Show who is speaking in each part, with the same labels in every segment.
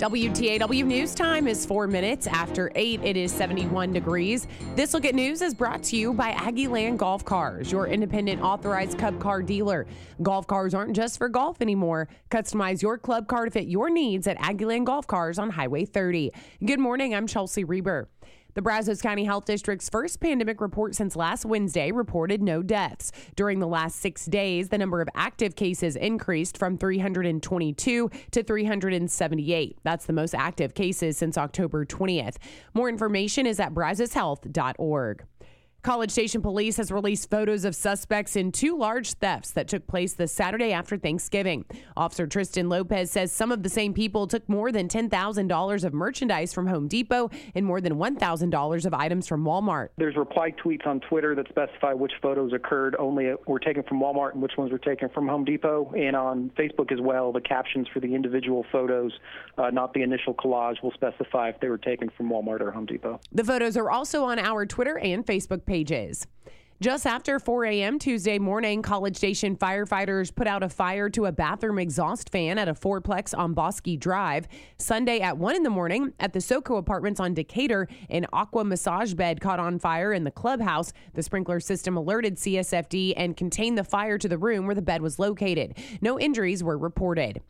Speaker 1: WTAW News Time is four minutes after eight. It is 71 degrees. This Look at News is brought to you by Aggie Land Golf Cars, your independent authorized Cub car dealer. Golf cars aren't just for golf anymore. Customize your club car to fit your needs at Aggie Land Golf Cars on Highway 30. Good morning. I'm Chelsea Reber. The Brazos County Health District's first pandemic report since last Wednesday reported no deaths. During the last six days, the number of active cases increased from 322 to 378. That's the most active cases since October 20th. More information is at brazoshealth.org. College Station Police has released photos of suspects in two large thefts that took place the Saturday after Thanksgiving. Officer Tristan Lopez says some of the same people took more than $10,000 of merchandise from Home Depot and more than $1,000 of items from Walmart.
Speaker 2: There's reply tweets on Twitter that specify which photos occurred only uh, were taken from Walmart and which ones were taken from Home Depot. And on Facebook as well, the captions for the individual photos, uh, not the initial collage, will specify if they were taken from Walmart or Home Depot.
Speaker 1: The photos are also on our Twitter and Facebook pages. Just after 4 a.m. Tuesday morning, College Station firefighters put out a fire to a bathroom exhaust fan at a fourplex on Bosky Drive. Sunday at 1 in the morning, at the SoCo apartments on Decatur, an aqua massage bed caught on fire in the clubhouse. The sprinkler system alerted CSFD and contained the fire to the room where the bed was located. No injuries were reported.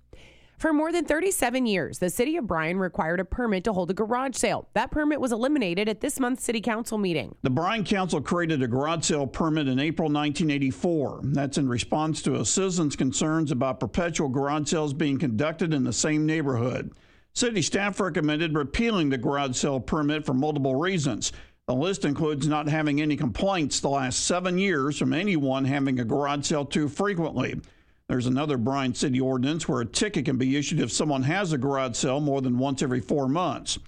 Speaker 1: For more than 37 years, the city of Bryan required a permit to hold a garage sale. That permit was eliminated at this month's city council meeting.
Speaker 3: The Bryan Council created a garage sale permit in April 1984. That's in response to a citizen's concerns about perpetual garage sales being conducted in the same neighborhood. City staff recommended repealing the garage sale permit for multiple reasons. The list includes not having any complaints the last seven years from anyone having a garage sale too frequently. There's another Bryan City ordinance where a ticket can be issued if someone has a garage sale more than once every four months.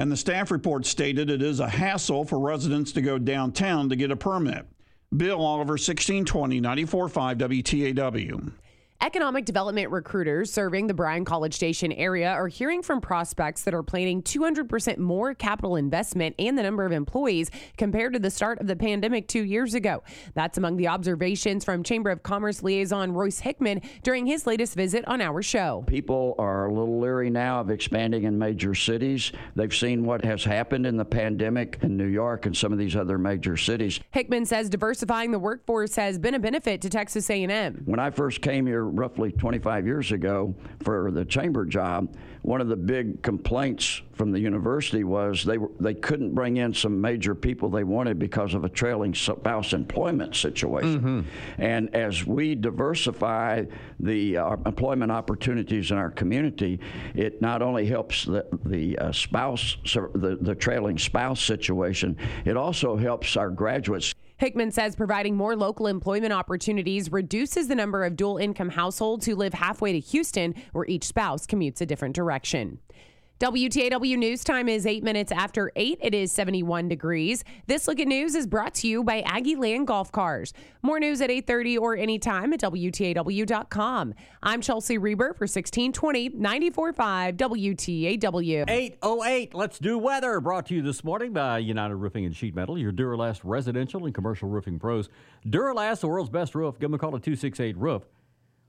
Speaker 3: And the staff report stated it is a hassle for residents to go downtown to get a permit. Bill Oliver, 1620 945 WTAW.
Speaker 1: Economic development recruiters serving the Bryan College Station area are hearing from prospects that are planning 200% more capital investment and the number of employees compared to the start of the pandemic two years ago. That's among the observations from Chamber of Commerce liaison Royce Hickman during his latest visit on our show.
Speaker 4: People are a little leery now of expanding in major cities. They've seen what has happened in the pandemic in New York and some of these other major cities.
Speaker 1: Hickman says diversifying the workforce has been a benefit to Texas A&M.
Speaker 4: When I first came here roughly 25 years ago for the chamber job, one of the big complaints from the university was they were, they couldn't bring in some major people they wanted because of a trailing spouse employment situation. Mm-hmm. And as we diversify the uh, employment opportunities in our community, it not only helps the the uh, spouse the, the trailing spouse situation, it also helps our graduates.
Speaker 1: Hickman says providing more local employment opportunities reduces the number of dual income households who live halfway to Houston, where each spouse commutes a different direction. WTAW News Time is eight minutes after eight. It is 71 degrees. This look at news is brought to you by Aggie Land Golf Cars. More news at 8:30 or anytime at WTAW.com. I'm Chelsea Reber for 1620 945 WTAW.
Speaker 5: 808, let's do weather. Brought to you this morning by United Roofing and Sheet Metal, your Duralast residential and commercial roofing pros. Duralast, the world's best roof. Give them a call at 268 Roof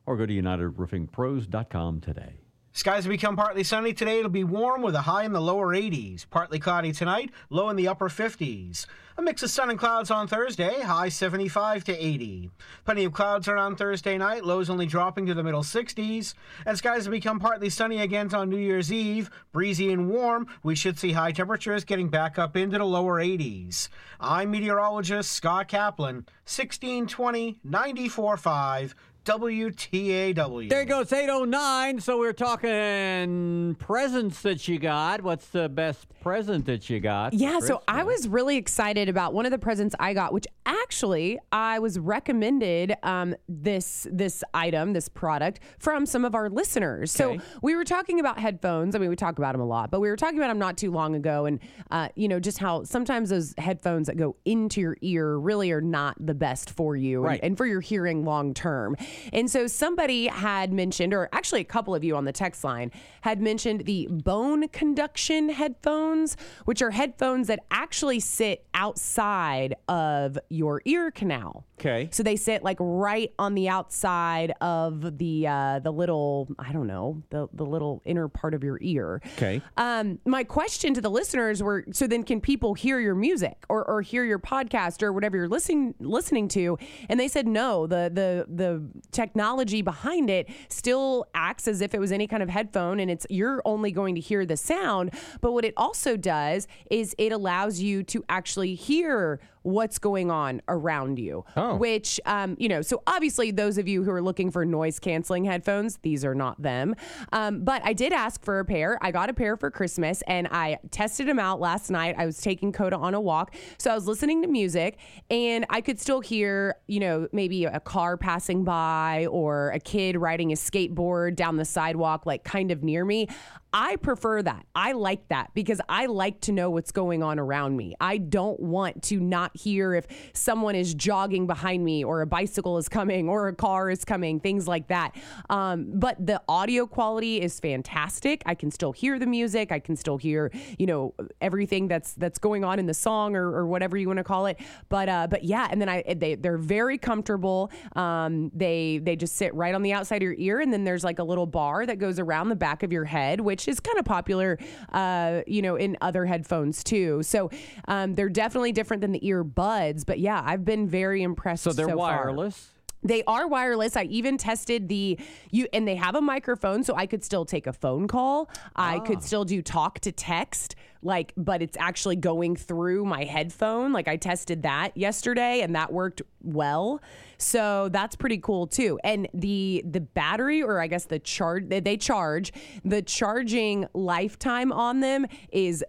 Speaker 5: or go to UnitedRoofingPros.com today.
Speaker 6: Skies will become partly sunny today. It'll be warm with a high in the lower 80s. Partly cloudy tonight, low in the upper 50s. A mix of sun and clouds on Thursday, high 75 to 80. Plenty of clouds around Thursday night, lows only dropping to the middle 60s. And skies will become partly sunny again on New Year's Eve. Breezy and warm, we should see high temperatures getting back up into the lower 80s. I'm meteorologist Scott Kaplan, 1620 945 WTAW.
Speaker 5: There you go. It's 809. So we're talking presents that you got. What's the best present that you got?
Speaker 1: Yeah,
Speaker 5: Chris?
Speaker 1: so I was really excited about one of the presents I got, which actually I was recommended um, this this item, this product from some of our listeners.
Speaker 5: Okay.
Speaker 1: So we were talking about headphones. I mean, we talk about them a lot, but we were talking about them not too long ago, and uh, you know, just how sometimes those headphones that go into your ear really are not the best for you and-
Speaker 5: Right.
Speaker 1: and for your hearing long term. And so somebody had mentioned, or actually a couple of you on the text line had mentioned the bone conduction headphones, which are headphones that actually sit outside of your ear canal.
Speaker 5: Okay.
Speaker 1: So they sit like right on the outside of the uh, the little I don't know the the little inner part of your ear.
Speaker 5: Okay.
Speaker 1: Um, my question to the listeners were: so then, can people hear your music or, or hear your podcast or whatever you're listening listening to? And they said no. The the the technology behind it still acts as if it was any kind of headphone, and it's you're only going to hear the sound. But what it also does is it allows you to actually hear what's going on around you.
Speaker 5: Oh.
Speaker 1: Which, um, you know, so obviously those of you who are looking for noise canceling headphones, these are not them. Um, but I did ask for a pair. I got a pair for Christmas and I tested them out last night. I was taking Coda on a walk. So I was listening to music and I could still hear, you know, maybe a car passing by or a kid riding a skateboard down the sidewalk, like kind of near me. I prefer that. I like that because I like to know what's going on around me. I don't want to not hear if someone is jogging behind me or a bicycle is coming or a car is coming, things like that. Um, but the audio quality is fantastic. I can still hear the music. I can still hear, you know, everything that's that's going on in the song or, or whatever you want to call it. But uh, but yeah, and then I they they're very comfortable. Um, they they just sit right on the outside of your ear, and then there's like a little bar that goes around the back of your head, which is kind of popular, uh, you know, in other headphones too. So um, they're definitely different than the earbuds. But yeah, I've been very impressed.
Speaker 5: So they're
Speaker 1: far.
Speaker 5: wireless.
Speaker 1: They are wireless. I even tested the you and they have a microphone so I could still take a phone call. I
Speaker 7: Ah.
Speaker 1: could still do talk to text like but it's actually going through my headphone. Like I tested that yesterday and that worked well. So that's pretty cool too. And the the battery or I guess the charge they, they charge the charging lifetime on them is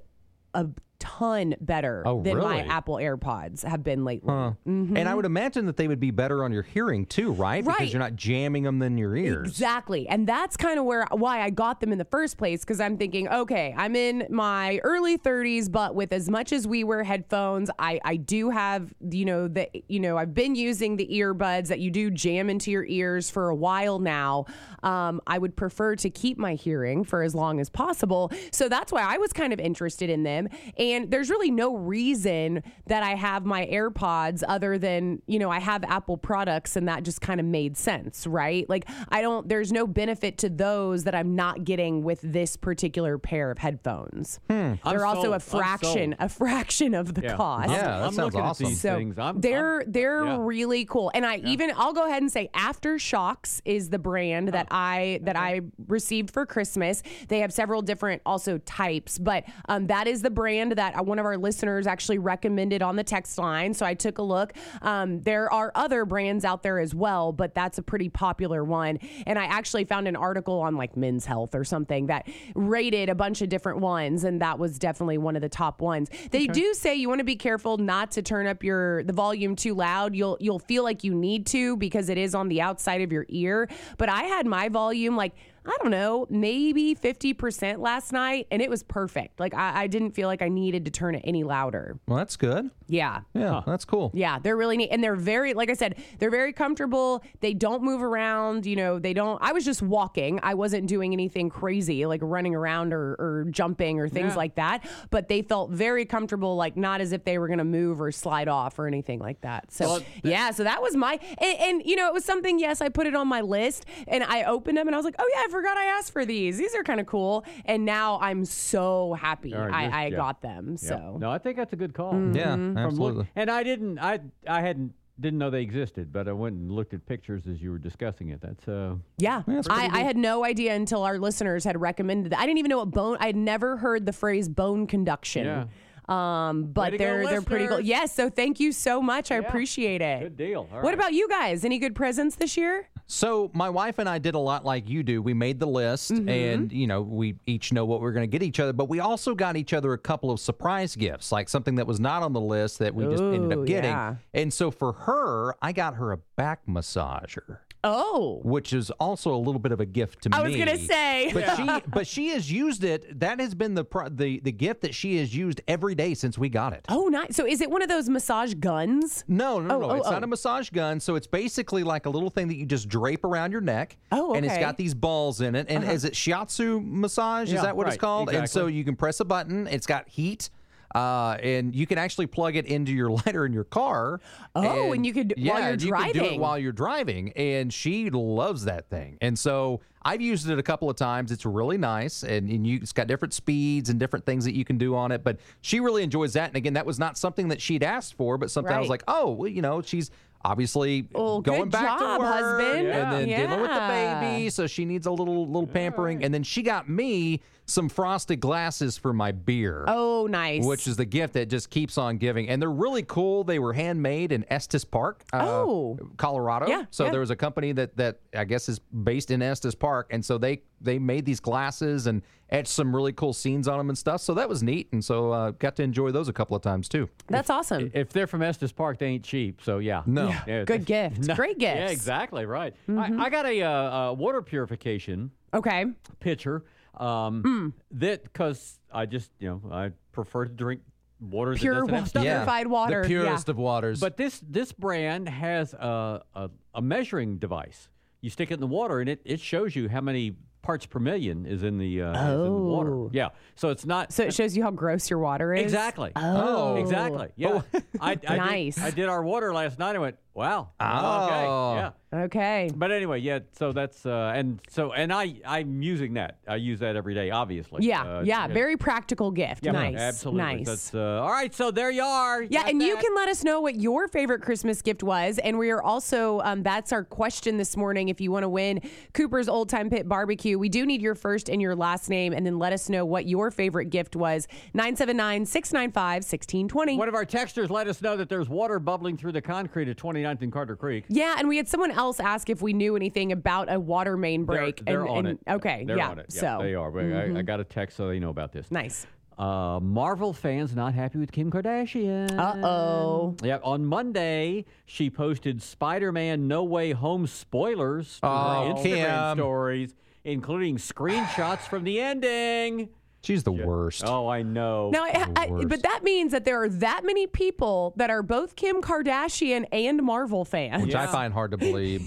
Speaker 1: a ton better
Speaker 7: Oh,
Speaker 1: than my
Speaker 7: really?
Speaker 1: Apple AirPods have been lately.
Speaker 7: And I would imagine that they would be better on your hearing too, right?
Speaker 1: Right.
Speaker 7: Because you're not jamming them in your ears.
Speaker 1: Exactly. And that's kind of where why I got them in the first place because I'm thinking, okay, I'm in my early 30s, but with as much as we wear headphones, I I do have, you know, the you know, I've been using the earbuds that you do jam into your ears for a while now. Um, I would prefer to keep my hearing for as long as possible. So that's why I was kind of interested in them. And there's really no reason that I have my AirPods other than, you know, I have Apple products and that just kind of made sense, right? Like, I don't, there's no benefit to those that I'm not getting with this particular pair of headphones.
Speaker 5: Hmm. I'm
Speaker 1: They're also
Speaker 5: sold.
Speaker 1: a
Speaker 5: I'm
Speaker 1: fraction,
Speaker 5: sold.
Speaker 1: a fraction of the cost.
Speaker 7: Yeah, that
Speaker 5: I'm
Speaker 7: sounds
Speaker 5: looking
Speaker 7: awesome.
Speaker 5: At these
Speaker 1: So
Speaker 5: things. I'm,
Speaker 1: they're
Speaker 5: I'm-
Speaker 1: they're
Speaker 5: yeah.
Speaker 1: really cool, and I even I'll go ahead and say Aftershocks is the brand that
Speaker 5: Oh.
Speaker 1: I that I received for Christmas. They have several different also types, but um, that is the brand that uh, one of our listeners actually recommended on the text line. So I took a look. Um, there are other brands out there as well, but that's a pretty popular one. And I actually found an article on like Men's Health or something that rated a bunch of different ones, and that was definitely one of the top ones. They do say you want to be careful not to turn up your the volume too loud. You'll you'll feel like you need to because it is on the outside of your ear. But I had my volume like I don't know, maybe 50% last night, and it was perfect. Like, I, I didn't feel like I needed to turn it any louder.
Speaker 7: Well, that's good.
Speaker 1: Yeah.
Speaker 7: Yeah, that's cool.
Speaker 1: Yeah, they're really neat. And they're very, like I said, they're very comfortable. They don't move around. You know, they don't. I was just walking. I wasn't doing anything crazy, like running around or, or jumping or things like that. But they felt very comfortable, like not as if they were going to move or slide off or anything like that. So, yeah, so that was my, and, and, you know, it was something, yes, I put it on my list and I opened them and I was like, oh, yeah, I forgot I asked for these. These are kind of cool. And now I'm so happy
Speaker 5: All right, you're-
Speaker 1: I, I
Speaker 5: yeah.
Speaker 1: got them.
Speaker 5: Yeah.
Speaker 1: So, Mm-hmm.
Speaker 5: No, I think that's a good call.
Speaker 7: Yeah,
Speaker 5: From look-
Speaker 7: absolutely.
Speaker 5: and I didn't. I I hadn't didn't know they existed, but I went and looked at pictures as you were discussing it. That's uh.
Speaker 1: Yeah, I, I had no idea until our listeners had recommended that. I didn't even know what bone. I had never heard the phrase bone conduction.
Speaker 5: Yeah.
Speaker 1: Um, but
Speaker 5: to go,
Speaker 1: they're they're pretty cool.
Speaker 5: listeners.
Speaker 1: Yes, so thank you so much. I appreciate it.
Speaker 5: Good deal. All
Speaker 1: what
Speaker 5: right.
Speaker 1: about you guys? Any good presents this year?
Speaker 7: So my wife and I did a lot like you do. We made the list,
Speaker 1: Mm-hmm.
Speaker 7: and you know we each know what we're going to get each other. But we also got each other a couple of surprise gifts, like something that was not on the list that we just ended
Speaker 1: Ooh,
Speaker 7: up getting.
Speaker 1: yeah.
Speaker 7: And so for her, I got her a back massager.
Speaker 1: Oh,
Speaker 7: which is also a little bit of a gift to
Speaker 1: I
Speaker 7: me.
Speaker 1: was gonna say.
Speaker 7: but she but she has used it. That has been the pro- the the gift that she has used every day since we got it.
Speaker 1: oh, nice. So is it one of those massage guns?
Speaker 7: No, no,
Speaker 1: Oh,
Speaker 7: no.
Speaker 1: oh,
Speaker 7: it's not
Speaker 1: oh.
Speaker 7: a massage gun. So it's basically like a little thing that you just drape around your neck.
Speaker 1: Oh,
Speaker 7: And it's
Speaker 1: okay. Uh-huh.
Speaker 7: got these balls in it. And is it shiatsu massage?
Speaker 5: Yeah,
Speaker 7: is that what
Speaker 5: right,
Speaker 7: it's called? And so
Speaker 5: exactly.
Speaker 7: you can press a button. It's got heat. Uh, and you can actually plug it into your lighter in your car.
Speaker 1: Oh, and you could- while
Speaker 7: yeah,
Speaker 1: you're
Speaker 7: and you can do it
Speaker 1: driving.
Speaker 7: while you're driving. And she loves that thing. And so I've used it a couple of times. It's really nice, and, and you, it's got different speeds and different things that you can do on it. But she really enjoys that. And again, that was not something that she'd asked for, but something I was
Speaker 1: Right.
Speaker 7: like like, oh, well, you know, she's obviously
Speaker 1: Well,
Speaker 7: going
Speaker 1: good
Speaker 7: back
Speaker 1: job,
Speaker 7: to work
Speaker 1: husband.
Speaker 7: and then dealing with the
Speaker 1: Yeah.
Speaker 7: baby, so she needs a little little pampering. And then she got me some frosted glasses for my beer.
Speaker 1: Oh, nice.
Speaker 7: Which is the gift that just keeps on giving. And they're really cool. They were handmade in Estes Park, uh,
Speaker 1: Oh.
Speaker 7: Colorado.
Speaker 1: Yeah,
Speaker 7: So
Speaker 1: yeah.
Speaker 7: there was a company that, that I guess is based in Estes Park. And so they, they made these glasses and etched some really cool scenes on them and stuff. So that was neat. And so uh, got to enjoy those a couple of times too.
Speaker 1: that's awesome.
Speaker 5: If they're from Estes Park, they ain't cheap. So yeah,
Speaker 7: No.
Speaker 5: Yeah,
Speaker 1: Good gift. Great Mm-hmm. gift.
Speaker 5: Yeah, exactly right. I, I got a uh, uh, water purification
Speaker 1: Okay.
Speaker 5: pitcher um,
Speaker 1: Hmm.
Speaker 5: that because I just you know I prefer to drink water
Speaker 1: Pure
Speaker 5: that doesn't have
Speaker 1: water.
Speaker 5: stuff. in it.
Speaker 1: Yeah. Purified water,
Speaker 7: The purest
Speaker 1: yeah.
Speaker 7: of waters.
Speaker 5: But this this brand has a, a a measuring device. You stick it in the water, and it, it shows you how many parts per million is in the uh, is in the water.
Speaker 1: Oh.
Speaker 5: Yeah, so it's not
Speaker 1: So it shows you how gross your water is.
Speaker 5: Exactly.
Speaker 1: Oh.
Speaker 5: exactly. Yeah. I, I
Speaker 1: Nice.
Speaker 5: Did, I did our water last night. I went, wow.
Speaker 7: Oh.
Speaker 5: Okay. Yeah.
Speaker 1: Okay.
Speaker 5: But anyway, yeah. So that's uh, and so and I I'm using that. I use that every day, obviously.
Speaker 1: Yeah.
Speaker 5: Uh,
Speaker 1: yeah. Very practical gift.
Speaker 5: yeah,
Speaker 1: nice.
Speaker 5: Absolutely.
Speaker 1: Nice.
Speaker 5: That's, uh, all right. So there you are.
Speaker 1: Yeah,
Speaker 5: Got
Speaker 1: and you
Speaker 5: that.
Speaker 1: can let us know what your favorite Christmas gift was. And we are also, um, that's our question this morning. If you want to win Cooper's Old Time Pit Barbecue, we do need your first and your last name, and then let us know what your favorite gift was. 979 695 1620.
Speaker 5: One of our texters let us know that there's water bubbling through the concrete at 29th and Carter Creek.
Speaker 1: Yeah, and we had someone else ask if we knew anything about a water main break.
Speaker 5: They're, they're
Speaker 1: and,
Speaker 5: on
Speaker 1: and-
Speaker 5: it.
Speaker 1: Okay,
Speaker 5: They're
Speaker 1: yeah.
Speaker 5: on it.
Speaker 1: so Mm-hmm.
Speaker 5: they are. But I, I got a text, so they know about this.
Speaker 1: nice.
Speaker 5: Uh, Marvel fans not happy with Kim Kardashian.
Speaker 1: Uh oh.
Speaker 5: Yeah, on Monday she posted Spider-Man No Way Home spoilers to her
Speaker 7: Oh,
Speaker 5: Instagram
Speaker 7: Kim.
Speaker 5: stories, including screenshots from the ending.
Speaker 7: She's the worst.
Speaker 5: Oh, I know.
Speaker 1: Now, I, I,
Speaker 7: worst.
Speaker 1: but that means that there are that many people that are both Kim Kardashian and Marvel fans.
Speaker 7: Which I find hard to believe,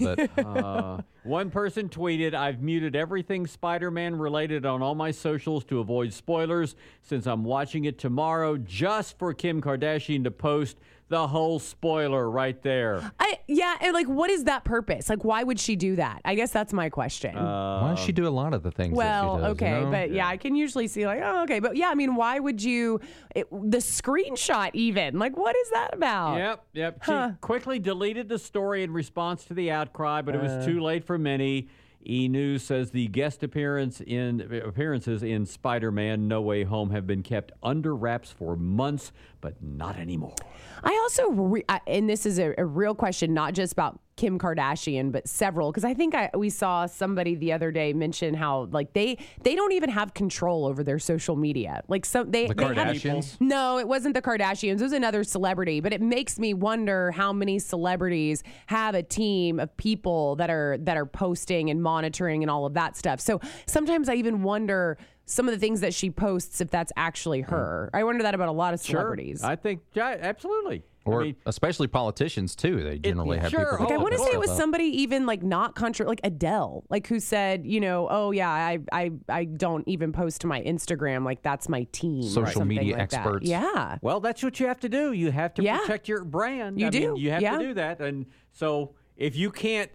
Speaker 7: but
Speaker 5: Uh, one person tweeted, "I've muted everything Spider-Man related on all my socials to avoid spoilers, since I'm watching it tomorrow, just for Kim Kardashian to post the whole spoiler right there."
Speaker 1: I yeah, and like what is that purpose? Like why would she do that? I guess that's my question.
Speaker 7: why does she do a lot of the things?
Speaker 1: well,
Speaker 7: that Um, she does, you
Speaker 1: okay,
Speaker 7: know?
Speaker 1: but yeah, I can usually see like oh okay, but yeah, I mean why would you it, the screenshot even? Like what is that about?
Speaker 5: Yep, yep. She quickly deleted the story in response to the outcry, but it
Speaker 1: Uh.
Speaker 5: was too late for many. E News says the guest appearance in appearances in Spider-Man: No Way Home have been kept under wraps for months, but not anymore.
Speaker 1: I also, re- I, and this is a, a real question, not just about Kim Kardashian, but several, because I think I, we saw somebody the other day mention how like they they don't even have control over their social media. Like some they
Speaker 7: The
Speaker 1: they haven't-
Speaker 7: Kardashians?
Speaker 1: No, it wasn't the Kardashians. It was another celebrity, but it makes me wonder how many celebrities have a team of people that are that are posting and monitoring and all of that stuff. So sometimes I even wonder. Some of the things that she posts, if that's actually
Speaker 7: Hmm.
Speaker 1: her, I wonder that about a lot of celebrities.
Speaker 5: I think yeah, absolutely.
Speaker 7: or
Speaker 5: I mean,
Speaker 7: especially politicians too. They generally have
Speaker 5: sure,
Speaker 7: people.
Speaker 5: oh,
Speaker 7: that
Speaker 1: Like I
Speaker 5: of
Speaker 1: want to
Speaker 5: course.
Speaker 1: say it was
Speaker 7: put stuff up.
Speaker 1: somebody even like not contra like Adele, like who said, you know, oh yeah, I I, I don't even post to my Instagram, like that's my team. or
Speaker 7: Social
Speaker 1: something
Speaker 7: media
Speaker 1: like that.
Speaker 7: experts.
Speaker 1: Yeah.
Speaker 5: well, that's what you have to do. You have to
Speaker 1: Yeah.
Speaker 5: protect your brand.
Speaker 1: You
Speaker 5: I
Speaker 1: do,
Speaker 5: mean, you have
Speaker 1: yeah.
Speaker 5: to do that, and so if you can't,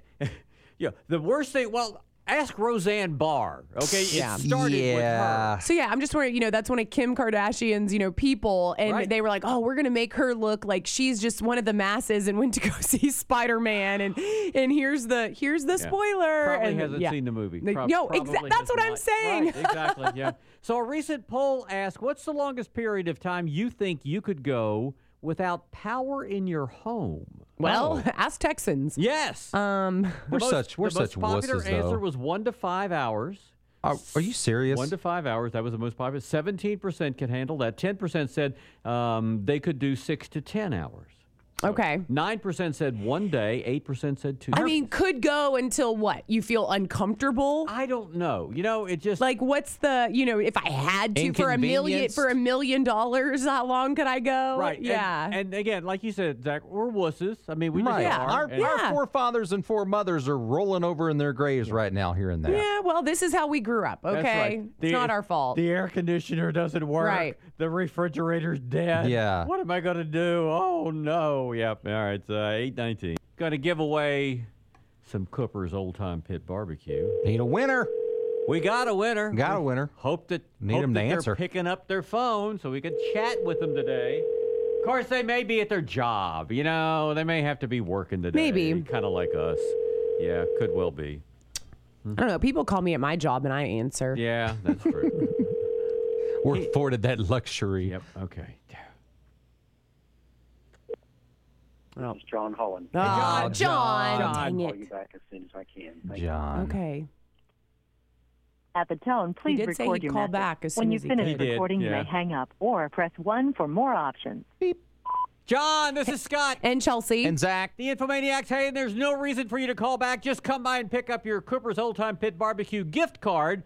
Speaker 5: yeah, the worst thing. Well, ask Roseanne Barr. Okay,
Speaker 1: Yeah.
Speaker 5: it started with her.
Speaker 1: So yeah, I'm just wondering, you know, that's one of Kim Kardashian's, you know, people and
Speaker 5: Right.
Speaker 1: they were like, "Oh, we're going to make her look like she's just one of the masses and went to go see Spider-Man and and here's the here's the spoiler."
Speaker 5: Probably
Speaker 1: and,
Speaker 5: hasn't
Speaker 1: yeah.
Speaker 5: seen the movie.
Speaker 1: They-
Speaker 5: Prob-
Speaker 1: no,
Speaker 5: probably
Speaker 1: exa- that's
Speaker 5: has
Speaker 1: what I'm
Speaker 5: not.
Speaker 1: saying.
Speaker 5: Right, exactly. Yeah. So a recent poll asked, "What's the longest period of time you think you could go without power in your home?"
Speaker 1: Well, ask Texans.
Speaker 5: yes.
Speaker 1: Um
Speaker 5: The
Speaker 7: We're
Speaker 5: most-
Speaker 7: such we're
Speaker 5: the most
Speaker 7: such
Speaker 5: popular
Speaker 7: wusses
Speaker 5: answer
Speaker 7: though.
Speaker 5: was one to five hours.
Speaker 7: are, are you serious?
Speaker 5: One to five hours. That was the most popular. Seventeen percent could handle that. Ten percent said um, they could do six to ten hours.
Speaker 1: okay.
Speaker 5: Nine percent said one day. Eight percent said two.
Speaker 1: I mean, could go until what? You feel uncomfortable?
Speaker 5: I don't know. You know, it just
Speaker 1: Like, what's the you know? If I had to for a million
Speaker 7: Inconvenienced?
Speaker 1: for a million dollars, how long could I go?
Speaker 5: Right. and-
Speaker 1: Yeah.
Speaker 5: And, again, like you said, Zach, we're wusses. I mean, we
Speaker 7: Right.
Speaker 5: just
Speaker 1: Yeah,
Speaker 5: are.
Speaker 7: Our,
Speaker 5: and-
Speaker 7: our
Speaker 1: Yeah.
Speaker 7: forefathers and foremothers are rolling over in their graves right now, here and there.
Speaker 1: yeah. Well, this is how we grew up. Okay.
Speaker 5: that's right.
Speaker 1: it's not our fault.
Speaker 5: The air conditioner doesn't work.
Speaker 1: Right.
Speaker 5: The refrigerator's dead.
Speaker 7: Yeah.
Speaker 5: What am I going to do? Oh, no. Yep. All right. It's uh, 819. Going to give away some Cooper's Old Time Pit Barbecue.
Speaker 7: Need a winner.
Speaker 5: We got a winner.
Speaker 7: Got a winner.
Speaker 5: Hope that,
Speaker 7: Need
Speaker 5: hope
Speaker 7: 'em to
Speaker 5: that they're
Speaker 7: answer.
Speaker 5: picking up their phone so we could chat with them today. Of course, they may be at their job. You know, they may have to be working today.
Speaker 1: Maybe.
Speaker 5: Kind of like us. Yeah, could well be.
Speaker 1: I don't know. People call me at my job and I answer.
Speaker 5: Yeah, that's true.
Speaker 7: We're afforded that luxury.
Speaker 5: yep. Okay.
Speaker 8: This is John Holland.
Speaker 1: Oh, John,
Speaker 5: John, John.
Speaker 1: dang
Speaker 8: I'll call you
Speaker 1: it.
Speaker 8: back as soon as I can. Thank you.
Speaker 7: John.
Speaker 1: Okay.
Speaker 9: At the tone, please
Speaker 1: did say
Speaker 9: record
Speaker 1: he'd
Speaker 9: your
Speaker 1: call
Speaker 9: message.
Speaker 1: back as soon
Speaker 9: when you
Speaker 1: as he
Speaker 9: finish
Speaker 5: could. He did,
Speaker 9: recording, you
Speaker 5: yeah.
Speaker 9: may hang up or press one for more options.
Speaker 5: John, this is Scott.
Speaker 1: And Chelsea.
Speaker 7: And Zach,
Speaker 5: The Infomaniacs, hey, and there's no reason for you to call back. Just come by and pick up your Cooper's Old Time Pit Barbecue gift card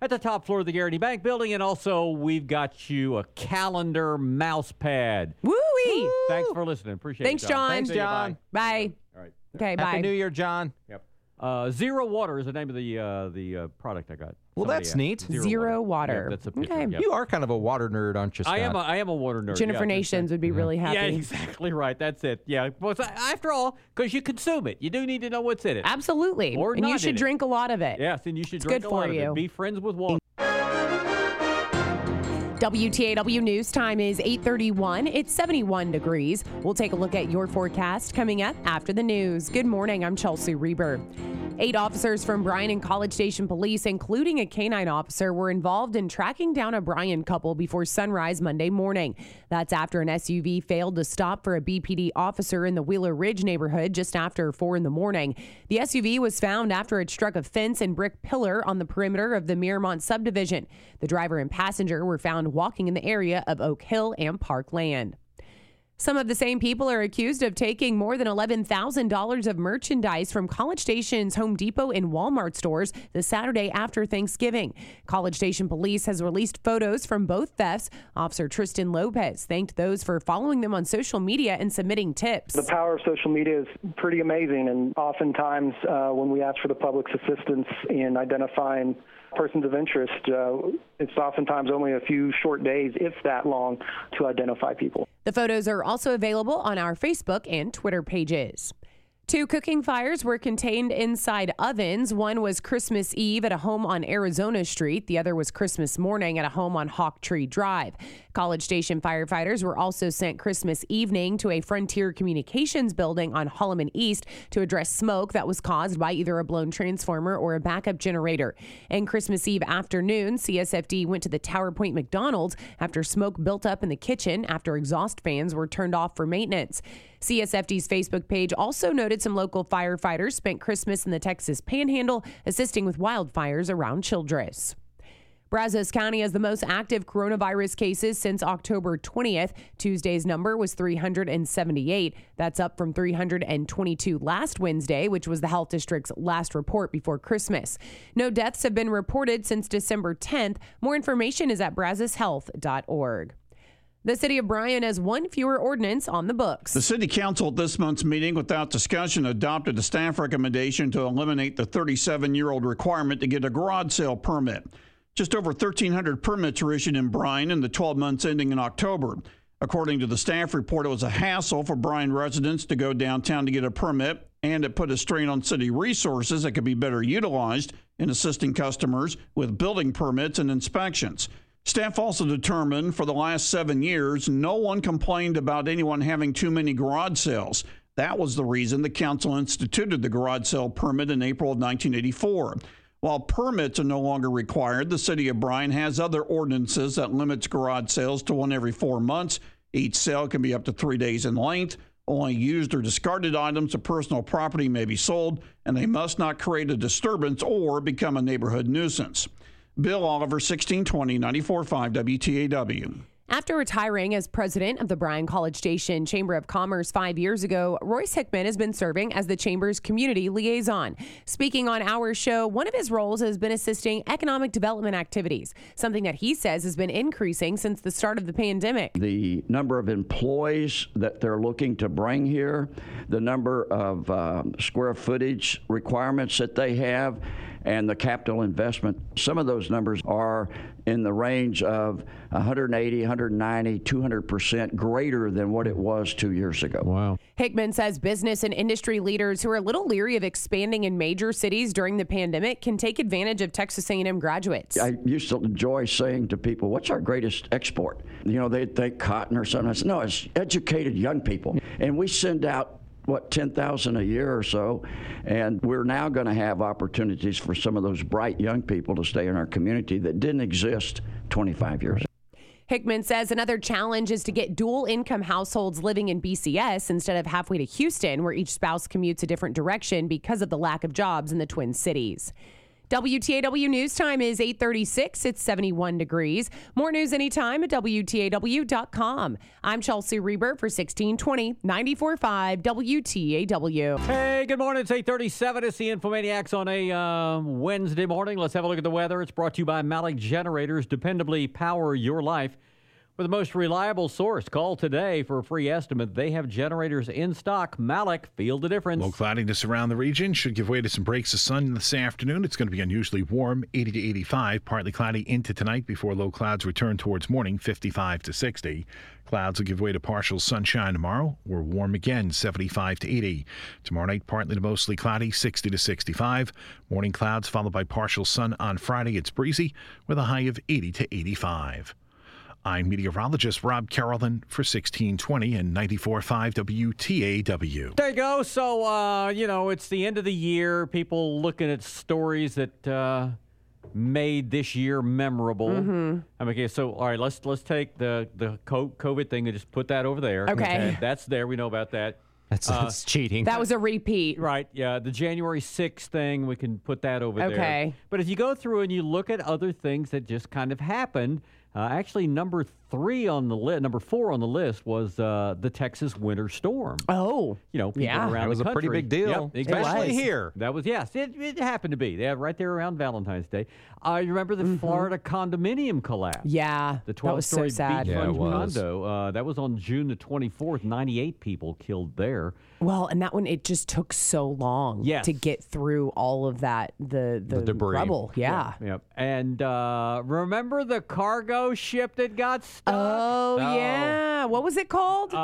Speaker 5: at the top floor of the Garrity Bank building. And also, we've got you a calendar mouse pad.
Speaker 1: Wooey.
Speaker 5: Thanks for listening. Appreciate
Speaker 1: Thanks,
Speaker 5: it.
Speaker 1: John.
Speaker 5: Thanks,
Speaker 1: Thanks,
Speaker 7: John.
Speaker 1: Bye.
Speaker 5: All right.
Speaker 1: Okay.
Speaker 7: Happy
Speaker 1: Bye.
Speaker 7: New Year, John.
Speaker 5: Yep. Uh, Zero Water is the name of the uh, the uh, product I got.
Speaker 7: Well,
Speaker 5: Somebody
Speaker 7: that's
Speaker 5: asked.
Speaker 7: neat.
Speaker 1: Zero water.
Speaker 5: Yeah, that's a picture.
Speaker 1: Okay.
Speaker 5: Yep.
Speaker 7: You are kind of a water nerd, aren't you? Scott?
Speaker 5: I am a I am a water nerd.
Speaker 1: Jennifer
Speaker 5: yeah, just-
Speaker 1: Nations would be really happy.
Speaker 5: Yeah, exactly right. That's it. Yeah. Well, so- after all, because you consume it, you do need to know what's in it.
Speaker 1: Absolutely.
Speaker 5: Or
Speaker 1: and
Speaker 5: not
Speaker 1: you
Speaker 5: in
Speaker 1: should
Speaker 5: it.
Speaker 1: drink a lot of it.
Speaker 5: Yes, and you should
Speaker 1: It's
Speaker 5: drink
Speaker 1: good
Speaker 5: a lot
Speaker 1: for
Speaker 5: of
Speaker 1: you.
Speaker 5: it. Be friends with water.
Speaker 1: WTAW News time is 8:31. It's 71 degrees. We'll take a look at your forecast coming up after the news. Good morning. I'm Chelsea Reber. Eight officers from Bryan and College Station Police, including a canine officer, were involved in tracking down a Bryan couple before sunrise Monday morning. That's after an SUV failed to stop for a BPD officer in the Wheeler Ridge neighborhood just after 4 in the morning. The SUV was found after it struck a fence and brick pillar on the perimeter of the Miramont subdivision. The driver and passenger were found walking in the area of Oak Hill and Parkland. Some of the same people are accused of taking more than $11,000 of merchandise from College Station's Home Depot and Walmart stores the Saturday after Thanksgiving. College Station police has released photos from both thefts. Officer Tristan Lopez thanked those for following them on social media and submitting tips.
Speaker 2: The power of social media is pretty amazing, and oftentimes uh, when we ask for the public's assistance in identifying persons of interest, uh, it's oftentimes only a few short days, if that long, to identify people.
Speaker 1: The photos are also available on our Facebook and Twitter pages. Two cooking fires were contained inside ovens. One was Christmas Eve at a home on Arizona Street. The other was Christmas morning at a home on Hawk Tree Drive. College Station firefighters were also sent Christmas evening to a Frontier Communications building on Holloman East to address smoke that was caused by either a blown transformer or a backup generator. And Christmas Eve afternoon, CSFD went to the Tower Point McDonald's after smoke built up in the kitchen after exhaust fans were turned off for maintenance. CSFD's Facebook page also noted some local firefighters spent Christmas in the Texas Panhandle assisting with wildfires around Childress. Brazos County has the most active coronavirus cases since October 20th. Tuesday's number was 378. That's up from 322 last Wednesday, which was the health district's last report before Christmas. No deaths have been reported since December 10th. More information is at brazoshealth.org. The city of Bryan has one fewer ordinance on the books.
Speaker 3: The City Council at this month's meeting, without discussion, adopted a staff recommendation to eliminate the 37 year old requirement to get a garage sale permit. Just over 1,300 permits were issued in Bryan in the 12 months ending in October. According to the staff report, it was a hassle for Bryan residents to go downtown to get a permit, and it put a strain on city resources that could be better utilized in assisting customers with building permits and inspections. Staff also determined for the last seven years, no one complained about anyone having too many garage sales. That was the reason the council instituted the garage sale permit in April of 1984. While permits are no longer required, the city of Bryan has other ordinances that limits garage sales to one every four months. Each sale can be up to three days in length. Only used or discarded items of personal property may be sold, and they must not create a disturbance or become a neighborhood nuisance. Bill Oliver, 1620 945 WTAW.
Speaker 1: After retiring as president of the Bryan College Station Chamber of Commerce five years ago, Royce Hickman has been serving as the Chamber's community liaison. Speaking on our show, one of his roles has been assisting economic development activities, something that he says has been increasing since the start of the pandemic.
Speaker 4: The number of employees that they're looking to bring here, the number of um, square footage requirements that they have, and the capital investment. Some of those numbers are in the range of 180, 190, 200% greater than what it was two years ago.
Speaker 5: Wow.
Speaker 1: Hickman says business and industry leaders who are a little leery of expanding in major cities during the pandemic can take advantage of Texas A&M graduates.
Speaker 4: I used to enjoy saying to people, "What's our greatest export?" You know, they'd think cotton or something. I said, "No, it's educated young people." And we send out what 10,000 a year or so and we're now going to have opportunities for some of those bright young people to stay in our community that didn't exist 25 years ago.
Speaker 1: Hickman says another challenge is to get dual income households living in BCS instead of halfway to Houston, where each spouse commutes a different direction because of the lack of jobs in the Twin Cities. WTAW News Time is 836. It's 71 degrees. More news anytime at WTAW.com. I'm Chelsea Reber for 1620 945 WTAW.
Speaker 5: Hey, good morning. It's 837. It's the Infomaniacs on a uh, Wednesday morning. Let's have a look at the weather. It's brought to you by Malik Generators. Dependably power your life with the most reliable source. Call today for a free estimate. They have generators in stock. Malik, feel the difference.
Speaker 10: Low cloudiness around the region should give way to some breaks of sun this afternoon. It's going to be unusually warm, 80 to 85, partly cloudy into tonight before low clouds return towards morning, 55 to 60. Clouds will give way to partial sunshine tomorrow. We're warm again, 75 to 80. Tomorrow night, partly to mostly cloudy, 60 to 65. Morning clouds followed by partial sun on Friday. It's breezy with a high of 80 to 85. I'm meteorologist Rob Carolyn for 1620 and 94.5 WTAW.
Speaker 5: There you go. So, uh, you know, it's the end of the year. People looking at stories that uh, made this year memorable.
Speaker 1: Mhm.
Speaker 5: I mean, okay, so all right, let's let's take the the co- COVID thing and just put that over there.
Speaker 1: Okay.
Speaker 5: that's there. We know about that.
Speaker 7: That's,
Speaker 5: Uh,
Speaker 7: that's cheating.
Speaker 1: That was a repeat.
Speaker 5: Right. Yeah. The January 6th thing, we can put that over there.
Speaker 1: Okay.
Speaker 5: But if you go through and you look at other things that just kind of happened, uh, actually, number three on the list, number four on the list was uh, the Texas winter storm.
Speaker 1: Oh.
Speaker 5: You know, people
Speaker 1: Yeah.
Speaker 5: around
Speaker 1: That
Speaker 5: the
Speaker 7: was a pretty
Speaker 5: country.
Speaker 7: big deal,
Speaker 5: Yep, exactly.
Speaker 7: especially here.
Speaker 5: That was, yes, it, it happened to be. They had right there around Valentine's Day. I remember the Florida condominium collapse.
Speaker 1: Mm-hmm. Yeah.
Speaker 5: The
Speaker 1: that was
Speaker 5: 12
Speaker 1: so
Speaker 5: story
Speaker 1: sad.
Speaker 7: Yeah, it
Speaker 5: beachfront
Speaker 7: was.
Speaker 5: condo. Uh, that was on June the 24th. 98 people killed there.
Speaker 1: Well, and that one it just took so long
Speaker 5: Yes.
Speaker 1: to get through all of that the the,
Speaker 7: debris.
Speaker 1: rubble. Yeah.
Speaker 5: Yep. And uh, remember the cargo ship that got stuck?
Speaker 1: Oh yeah. What was it called?
Speaker 5: Uh,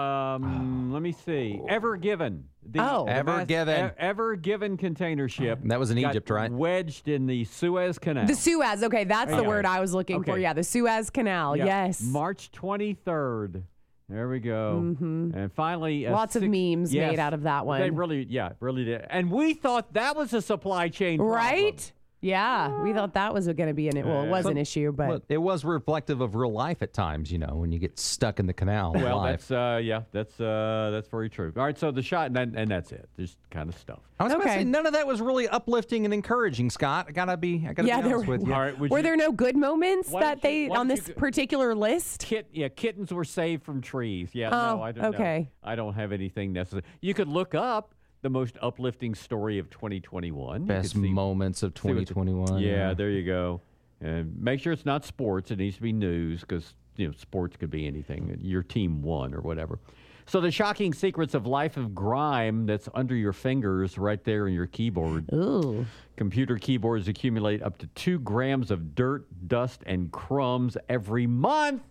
Speaker 5: um, let me see. Ever Given. The
Speaker 1: Oh.
Speaker 5: the
Speaker 7: Ever Given.
Speaker 5: E- Ever Given container ship.
Speaker 7: That was in
Speaker 5: got
Speaker 7: Egypt, right?
Speaker 5: Wedged in the Suez Canal.
Speaker 1: the Suez. Okay, that's the
Speaker 5: Okay.
Speaker 1: word I was looking for.
Speaker 5: Okay.
Speaker 1: Yeah, the Suez Canal.
Speaker 5: Yeah.
Speaker 1: Yes.
Speaker 5: March 23rd. There we go. And finally, uh,
Speaker 1: Mm-hmm. Lots of memes made out of that
Speaker 5: They
Speaker 1: one.
Speaker 5: really, yeah, really did. And we thought that was a supply chain problem.
Speaker 1: right? Yeah, we thought that was going to be an well, it was an issue, but
Speaker 7: Well, it was reflective of real life at times, you know, when you get stuck in the canal.
Speaker 5: Well,
Speaker 7: live.
Speaker 5: that's uh, yeah, that's uh, that's very true. All right, so the shot and, and that's it. Just kind of stuff.
Speaker 7: I was going to
Speaker 1: Okay.
Speaker 7: say none of that was really uplifting and encouraging, Scott. I gotta be, I gotta
Speaker 1: yeah,
Speaker 7: be
Speaker 1: there
Speaker 7: honest
Speaker 1: were,
Speaker 7: with you.
Speaker 5: All right, would
Speaker 1: were
Speaker 5: you-
Speaker 1: there no good moments
Speaker 5: Why
Speaker 1: that
Speaker 5: don't you-
Speaker 1: they
Speaker 5: why
Speaker 1: on
Speaker 5: don't
Speaker 1: this
Speaker 5: you go-
Speaker 1: particular list?
Speaker 5: Kit, yeah, kittens were saved from trees. Yeah, no,
Speaker 1: Oh,
Speaker 5: I don't. know.
Speaker 1: okay.
Speaker 5: I don't have anything necessary. You could look up the most uplifting story of 2021. You
Speaker 7: Best
Speaker 5: could see-
Speaker 7: moments of
Speaker 5: see what-
Speaker 7: 2021.
Speaker 5: Yeah, there you go. And make sure it's not sports. It needs to be news because you know sports could be anything. Your team won or whatever. So the shocking secrets of life of grime that's under your fingers, right there in your keyboard.
Speaker 1: Ooh.
Speaker 5: Computer keyboards accumulate up to two grams of dirt, dust, and crumbs every month.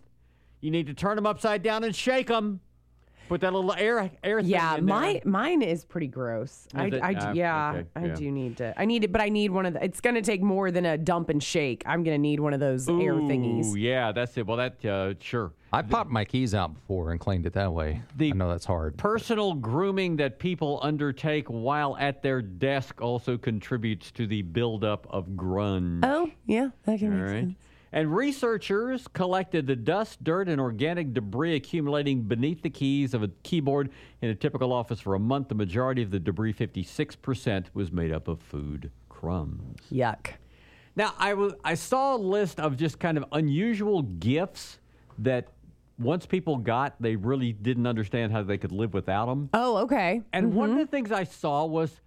Speaker 5: You need to turn them upside down and shake them. Put that little air air thing
Speaker 1: Yeah,
Speaker 5: in there.
Speaker 1: my mine is pretty gross. I,
Speaker 5: Is it?
Speaker 1: I d-
Speaker 5: Ah,
Speaker 1: yeah,
Speaker 5: okay,
Speaker 1: I
Speaker 5: yeah.
Speaker 1: do need to. I need it, but I need one of the. It's gonna take more than a dump and shake. I'm gonna need one of those air thingies.
Speaker 5: Ooh, yeah, that's it. Well, that uh, sure.
Speaker 7: I popped my keys out before and cleaned it that way. I know that's hard.
Speaker 5: Personal grooming that people undertake while at their desk also contributes to the buildup of grunge.
Speaker 1: Oh, yeah, that can
Speaker 5: All
Speaker 1: make
Speaker 5: right.
Speaker 1: sense.
Speaker 5: And researchers collected the dust, dirt, and organic debris accumulating beneath the keys of a keyboard in a typical office for a month. The majority of the debris, 56%, was made up of food crumbs.
Speaker 1: Yuck.
Speaker 5: Now, I wa- I saw a list of just kind of unusual gifts that once people got, they really didn't understand how they could live without them.
Speaker 1: Oh, okay.
Speaker 5: And one of the things I saw was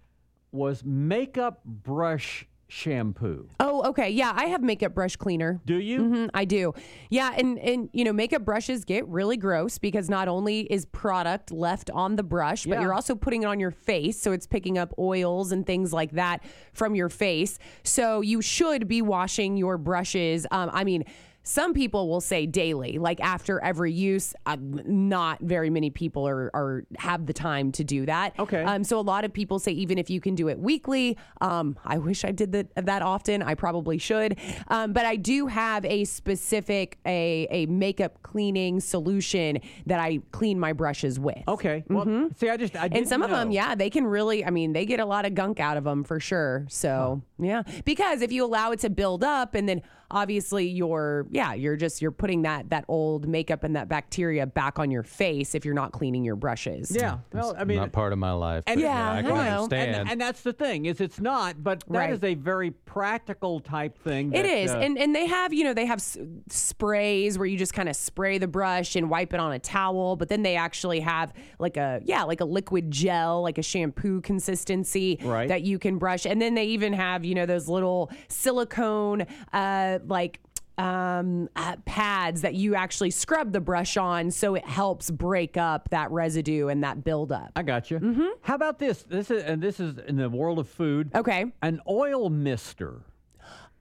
Speaker 5: was makeup brush shampoo.
Speaker 1: Oh, okay. Yeah, I have makeup brush cleaner.
Speaker 5: Do you?
Speaker 1: hmm I do. Yeah, and and you know, makeup brushes get really gross because not only is product left on the brush, but
Speaker 5: Yeah.
Speaker 1: you're also putting it on your face, so it's picking up oils and things like that from your face. So you should be washing your brushes. Um, I mean. Some people will say daily, like after every use. Uh, not very many people are, are have the time to do that.
Speaker 5: Okay.
Speaker 1: Um, so a lot of people say even if you can do it weekly, um, I wish I did that that often. I probably should, um, but I do have a specific a a makeup cleaning solution that I clean my brushes with.
Speaker 5: Okay. Well, see, I just I didn't
Speaker 1: Mm-hmm. And some of them,
Speaker 5: know.
Speaker 1: yeah, they can really, I mean, they get a lot of gunk out of them for sure. So, yeah, because if you allow it to build up and then obviously you're, yeah, you're just, you're putting that, that old makeup and that bacteria back on your face if you're not cleaning your brushes.
Speaker 5: Yeah. Well, I mean,
Speaker 7: not part of my life.
Speaker 5: And-
Speaker 7: but
Speaker 1: Yeah,
Speaker 7: I
Speaker 1: I
Speaker 7: can
Speaker 1: know.
Speaker 7: understand.
Speaker 5: And, and that's the thing is it's not, but that is
Speaker 1: Right.
Speaker 5: a very practical type thing.
Speaker 1: It
Speaker 5: that,
Speaker 1: is,
Speaker 5: uh,
Speaker 1: and and they have you know they have s- sprays where you just kind of spray the brush and wipe it on a towel, but then they actually have like a yeah like a liquid gel like a shampoo consistency
Speaker 5: Right.
Speaker 1: that you can brush, and then they even have you know those little silicone uh, like. Um, uh, pads that you actually scrub the brush on, so it helps break up that residue and that buildup.
Speaker 5: I got you. Mm-hmm. How about this? This is and this is in the world of food.
Speaker 1: Okay.
Speaker 5: An oil mister.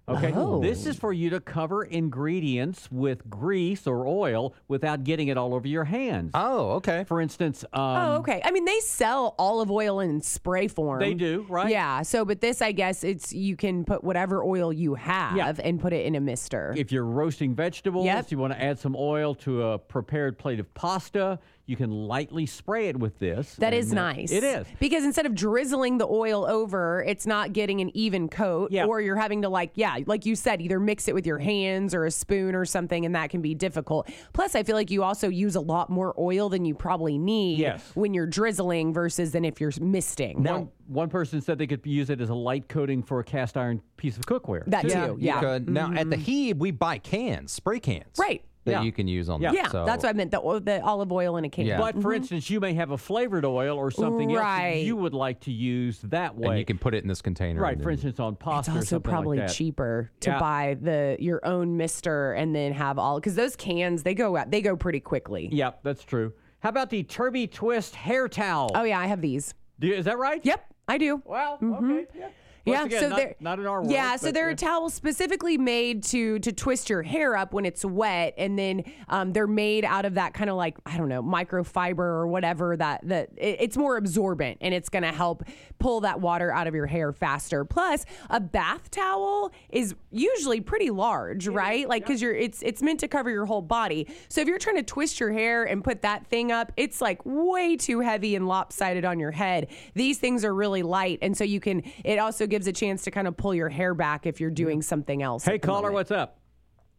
Speaker 5: Okay.
Speaker 1: Oh.
Speaker 5: This is for you to cover ingredients with grease or oil without getting it all over your hands.
Speaker 7: oh, okay.
Speaker 5: For instance, um,
Speaker 1: Oh, okay. I mean, they sell olive oil in spray form.
Speaker 5: They do, right?
Speaker 1: Yeah. So, but this, I guess, it's you can put whatever oil you have
Speaker 5: Yeah.
Speaker 1: and put it in a mister.
Speaker 5: If you're roasting vegetables,
Speaker 1: Yep.
Speaker 5: you want to add some oil to a prepared plate of pasta, you can lightly spray it with this.
Speaker 1: That
Speaker 5: and,
Speaker 1: is
Speaker 5: uh,
Speaker 1: nice.
Speaker 5: It is.
Speaker 1: Because instead of drizzling the oil over, it's not getting an even coat.
Speaker 5: Yeah.
Speaker 1: Or you're having to, like, yeah, like you said, either mix it with your hands or a spoon or something, and that can be difficult. Plus, I feel like you also use a lot more oil than you probably need
Speaker 5: Yes.
Speaker 1: when you're drizzling versus than if you're misting.
Speaker 5: One, one person said they could use it as a light coating for a cast iron piece of cookware.
Speaker 1: That
Speaker 5: too.
Speaker 1: too.
Speaker 7: You
Speaker 1: yeah.
Speaker 7: could- Now at the Heeb, we buy cans, spray cans,
Speaker 1: Right.
Speaker 7: That
Speaker 5: Mm-hmm. Yeah.
Speaker 7: you can use on.
Speaker 5: Yeah.
Speaker 7: that.
Speaker 1: Yeah,
Speaker 7: So-
Speaker 1: that's what I meant. The, o- the olive oil in a can.
Speaker 7: Yeah.
Speaker 5: But for instance, you may have a flavored oil or something else that
Speaker 1: Mm-hmm. Right.
Speaker 5: you would like to use that way.
Speaker 7: And you can put it in this container.
Speaker 5: right,
Speaker 7: and
Speaker 5: for
Speaker 7: then-
Speaker 5: instance, on pasta.
Speaker 1: It's
Speaker 5: or
Speaker 1: also
Speaker 5: something like
Speaker 1: probably
Speaker 5: that.
Speaker 1: cheaper to
Speaker 5: Yeah.
Speaker 1: buy the your own mister and then have all because those cans they go out they go pretty quickly.
Speaker 5: Yep, that's true. How about the Turby Twist hair towel?
Speaker 1: Oh yeah, I have these.
Speaker 5: Do you- is that right?
Speaker 1: Yep, I do.
Speaker 5: Well, okay. Yeah. Once
Speaker 1: yeah,
Speaker 5: again,
Speaker 1: so
Speaker 5: not,
Speaker 1: they're
Speaker 5: not in our world.
Speaker 1: Yeah, so
Speaker 5: but,
Speaker 1: they're
Speaker 5: uh,
Speaker 1: a towel specifically made to to twist your hair up when it's wet, and then um, they're made out of that kind of like I don't know microfiber or whatever that that it- it's more absorbent and it's going to help pull that water out of your hair faster. Plus, a bath towel is usually pretty large, right? Like because you're it's it's meant to cover your whole body. So if you're trying to twist your hair and put that thing up, it's like way too heavy and lopsided on your head. These things are really light, and so you can. It also gives a chance to kind of pull your hair back if you're doing something else.
Speaker 5: Hey,
Speaker 1: at the
Speaker 5: caller,
Speaker 1: moment.
Speaker 5: what's up?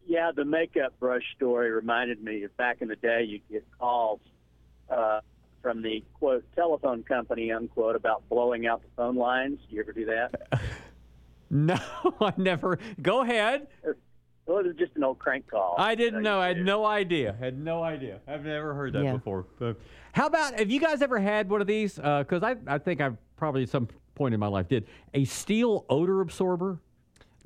Speaker 8: Yeah, the makeup brush story reminded me of back in the day, you'd get calls uh, from the quote telephone company unquote about blowing out the phone lines. You ever do that?
Speaker 5: No, I never. Go ahead.
Speaker 8: well, it was just an old crank call.
Speaker 5: I didn't
Speaker 8: Uh,
Speaker 5: know. I
Speaker 8: you
Speaker 5: had
Speaker 8: do.
Speaker 5: no idea. Had no idea. I've never heard that
Speaker 1: Yeah.
Speaker 5: before. Uh, how about have you guys ever had one of these? Because I, I think I probably at some point in my life did a steel odor absorber.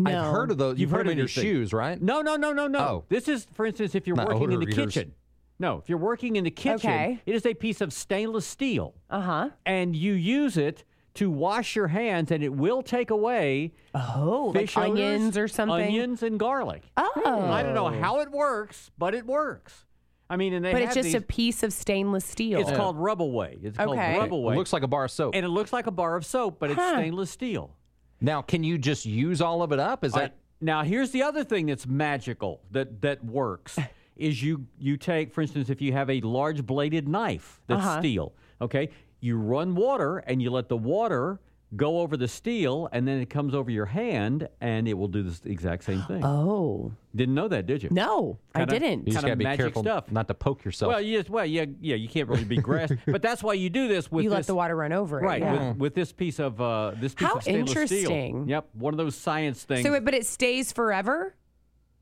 Speaker 7: I've heard of those.
Speaker 5: You've
Speaker 7: You've heard
Speaker 5: heard
Speaker 7: them
Speaker 5: of
Speaker 7: in your
Speaker 5: these things.
Speaker 7: shoes, right?
Speaker 5: No, no, no, no, no.
Speaker 7: Oh.
Speaker 5: This is, for instance, if you're
Speaker 7: Not
Speaker 5: working in
Speaker 7: odor
Speaker 5: the
Speaker 7: eaters.
Speaker 5: kitchen. No, if you're working in the kitchen,
Speaker 1: Okay.
Speaker 5: it is a piece of stainless steel,
Speaker 1: Uh huh.
Speaker 5: and you use it to wash your hands, and it will take away
Speaker 1: Oh,
Speaker 5: fish
Speaker 1: like
Speaker 5: odors,
Speaker 1: onions or something.
Speaker 5: onions and garlic.
Speaker 1: Oh.
Speaker 5: I don't know how it works, but it works. I mean, and they
Speaker 1: but
Speaker 5: have
Speaker 1: it's just
Speaker 5: these,
Speaker 1: a piece of stainless steel.
Speaker 5: It's called Rubbleway. It's called
Speaker 1: Okay.
Speaker 5: Rubbleway.
Speaker 7: It looks like a bar of soap.
Speaker 5: and it looks like a bar of soap, but it's
Speaker 1: Huh.
Speaker 5: stainless steel.
Speaker 7: now, can you just use all of it up? Is
Speaker 5: All
Speaker 7: that
Speaker 5: right, Now, here's the other thing that's magical that that works is you you take, for instance, if you have a large bladed knife that's
Speaker 1: Uh-huh.
Speaker 5: steel, okay, you run water and you let the water go over the steel, and then it comes over your hand, and it will do this exact same thing.
Speaker 1: Oh
Speaker 5: Didn't know that, did you?
Speaker 1: no, I
Speaker 5: Kinda-
Speaker 1: didn't.
Speaker 7: you
Speaker 5: kind
Speaker 7: just gotta
Speaker 5: of
Speaker 7: be
Speaker 5: magic
Speaker 7: careful
Speaker 5: stuff.
Speaker 7: not to poke yourself?
Speaker 5: Well, yes, well, yeah, yeah. You can't really be grass, but that's why you do this with
Speaker 1: You let
Speaker 5: this-
Speaker 1: the water run over it.
Speaker 5: right
Speaker 1: yeah.
Speaker 5: with, with this piece of uh, this piece
Speaker 1: How
Speaker 5: of stainless
Speaker 1: interesting.
Speaker 5: steel. Yep, one of those science things.
Speaker 1: so, it, but it stays forever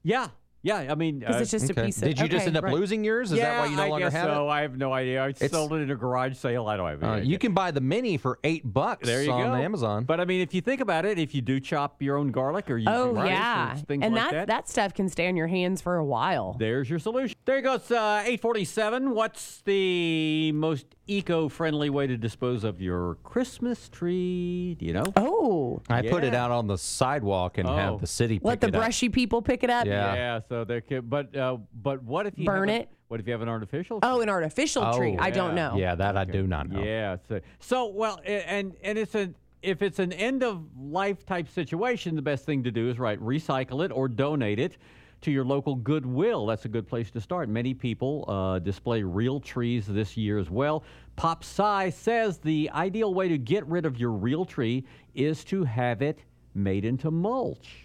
Speaker 5: yeah, yeah. I mean, uh,
Speaker 1: because it's just a
Speaker 7: Okay.
Speaker 1: piece of.
Speaker 7: Did you just
Speaker 1: okay,
Speaker 7: end up
Speaker 1: right.
Speaker 7: losing yours? Is that why you no
Speaker 5: I
Speaker 7: longer
Speaker 5: guess
Speaker 7: have
Speaker 5: so.
Speaker 7: it?
Speaker 5: I have no idea. I sold it in a garage sale. I don't have any
Speaker 7: Uh,
Speaker 5: idea.
Speaker 7: you can buy the mini for eight bucks
Speaker 5: there you
Speaker 7: on
Speaker 5: go.
Speaker 7: Amazon.
Speaker 5: But I mean, if you think about it, if you do chop your own garlic or you
Speaker 1: Oh
Speaker 5: do rice or
Speaker 1: yeah,
Speaker 5: things
Speaker 1: and
Speaker 5: like
Speaker 1: that
Speaker 5: that,
Speaker 1: that stuff can stay on your hands for a while.
Speaker 5: there's your solution. There you go. It's uh, 847. What's the most eco-friendly way to dispose of your Christmas tree? Do you know?
Speaker 1: Oh,
Speaker 7: I put it
Speaker 5: Yeah.
Speaker 7: out on the sidewalk and
Speaker 5: Oh.
Speaker 7: have the city pick
Speaker 1: let the
Speaker 7: it up.
Speaker 1: brushy people pick it up.
Speaker 7: Yeah.
Speaker 5: so there could, but uh, but what if you
Speaker 1: Burn
Speaker 5: have a-
Speaker 1: it?
Speaker 5: What if you have an artificial?
Speaker 1: Oh, an artificial
Speaker 7: Oh,
Speaker 1: tree. I don't
Speaker 5: yeah.
Speaker 1: know.
Speaker 7: Yeah, that I do not know.
Speaker 5: Yeah. So, so well, a- and and it's an if it's an end of life type situation, the best thing to do is right recycle it or donate it to your local Goodwill. That's a good place to start. Many people uh, display real trees this year as well. Pop Sci says the ideal way to get rid of your real tree is to have it made into mulch.